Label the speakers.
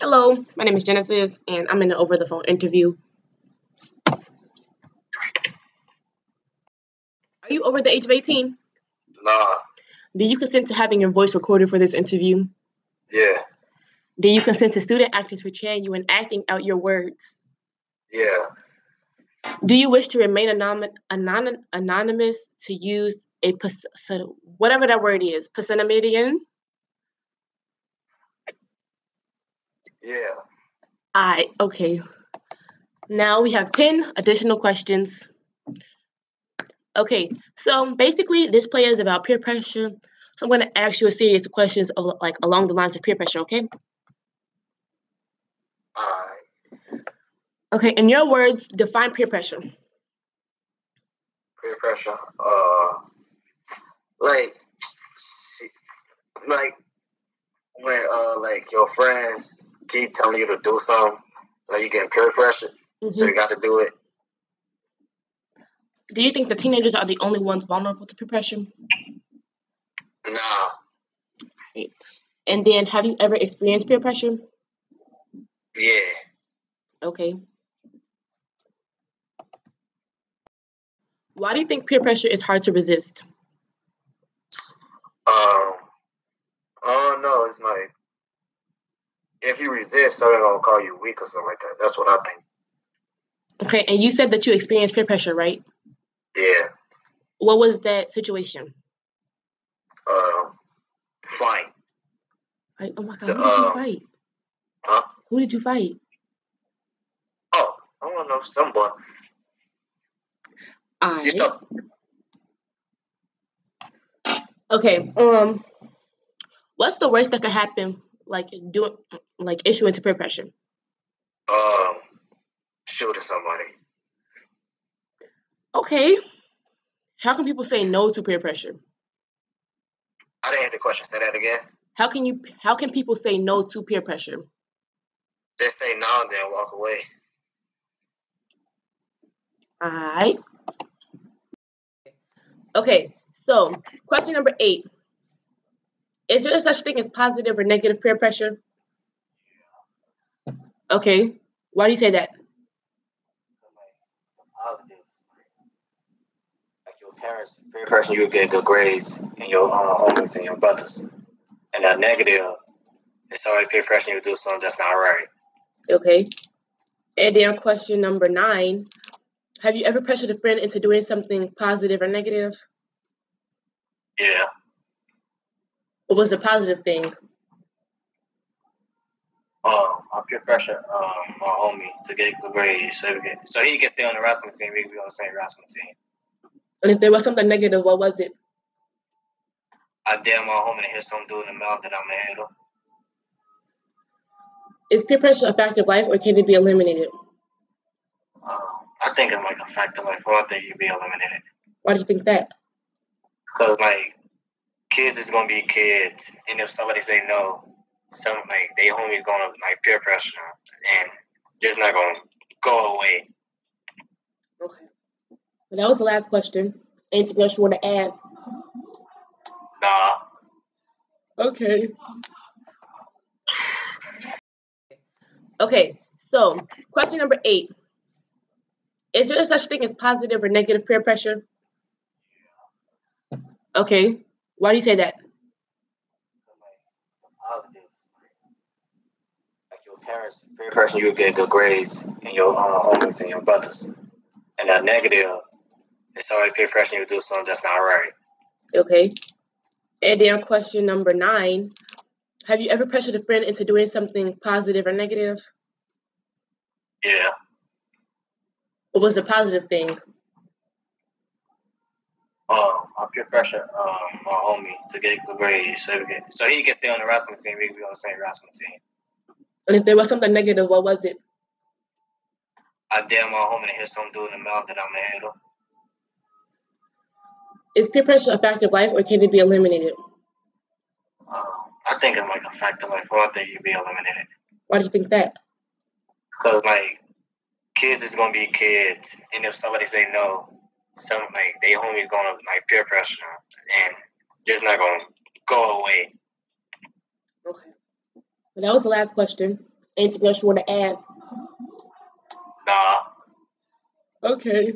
Speaker 1: Hello, my name is Genesis, and I'm in an over the phone interview. Are you over the age of 18?
Speaker 2: Nah,
Speaker 1: Do you consent to having your voice recorded for this interview?
Speaker 2: yeah,
Speaker 1: Do you consent to student actors portraying you and acting out your words?
Speaker 2: yeah,
Speaker 1: Do you wish to remain anom- anon- anonymous to use a pos- so- whatever that word is, pseudonymidian?
Speaker 2: yeah.
Speaker 1: I okay. Now we have 10 additional questions. Okay, so basically this play is about peer pressure. So I'm going to ask you a series of questions al- like along the lines of peer pressure, okay?
Speaker 2: Alright.
Speaker 1: Okay, in your words, define peer pressure.
Speaker 2: Peer pressure. Uh, like, shit, like when uh, like your friends keep telling you to do something, like you getting peer pressure, so
Speaker 1: Mhm.
Speaker 2: you got to do it.
Speaker 1: Do you think the teenagers are the only ones vulnerable to peer pressure?
Speaker 2: Nah,
Speaker 1: And then have you ever experienced peer pressure?
Speaker 2: yeah,
Speaker 1: Okay. Why do you think peer pressure is hard to resist?
Speaker 2: um, oh no, it's like if you resist, somebody gonna call you weak or something like that. That's what I think.
Speaker 1: Okay, and you said that you experienced peer pressure, right?
Speaker 2: Yeah.
Speaker 1: What was that situation?
Speaker 2: Um, fine.
Speaker 1: Like, oh my god,
Speaker 2: The,
Speaker 1: who did you
Speaker 2: um,
Speaker 1: fight?
Speaker 2: huh?
Speaker 1: Who did you fight?
Speaker 2: Oh, I want to know someone.
Speaker 1: I.
Speaker 2: You stop.
Speaker 1: Okay. Um, what's the worst that could happen? Like doing, like issuing to peer pressure.
Speaker 2: Um, shooting somebody.
Speaker 1: Okay. How can people say no to peer pressure?
Speaker 2: I didn't hear the question. Say that again.
Speaker 1: How can you? How can people say no to peer pressure?
Speaker 2: Just say no and then walk away.
Speaker 1: Alright. Okay. So, question number eight: Is there such thing as positive or negative peer pressure? Okay. Why do you say that?
Speaker 2: Positive. Like your parents, peer pressure, you get good grades, and your uh, homies and your brothers. And the negative, it's already peer pressure you do something that's not right.
Speaker 1: Okay. And then question number nine. Have you ever pressured a friend into doing something positive or negative?
Speaker 2: Yeah.
Speaker 1: What was the positive thing?
Speaker 2: Um, I peer pressure um my homie to get good grades so he can, so he can stay on the wrestling team. We can be on the same wrestling team.
Speaker 1: And if there was something negative, what was it?
Speaker 2: I dare my homie to hit some dude in the mouth that I'm gonna hit him.
Speaker 1: Is peer pressure a fact of life or can it be eliminated?
Speaker 2: Um, I think it's like a fact of life. I don't think you'd be eliminated.
Speaker 1: Why do you think that?
Speaker 2: Cause like kids is gonna be kids, and if somebody say no, some like they homie gonna like peer pressure, 'em, and it's not gonna go away.
Speaker 1: Okay. Well, that was the last question. Anything else you want to add?
Speaker 2: Nah,
Speaker 1: Okay. Okay, so question number eight. Is there such thing as positive or negative peer pressure? Okay. Why do you say that?
Speaker 2: positive. Like your parents peer pressure, you get good grades, and your uh, homies and your brothers. And the negative, it's already peer pressure you do something that's not right.
Speaker 1: Okay. And then question number nine. Have you ever pressured a friend into doing something positive or negative?
Speaker 2: Yeah.
Speaker 1: What was the positive thing?
Speaker 2: Um, I peer pressure um my homie to get good grades so he can, so he can stay on the wrestling team. We can be on the same wrestling team.
Speaker 1: And if there was something negative, what was it?
Speaker 2: I dare my homie to hit some dude in the mouth that I'm gonna hit him.
Speaker 1: Is peer pressure a fact of life or can it be eliminated?
Speaker 2: Um, I think it's like a fact of life. I don't think you'd be eliminated.
Speaker 1: Why do you think that?
Speaker 2: Cause like kids is gonna be kids, and if somebody say no, some like they homie gonna like peer pressure, 'em, and it's not gonna go away.
Speaker 1: Okay. Well, that was the last question. Anything else you want to add?
Speaker 2: Nah.
Speaker 1: Okay.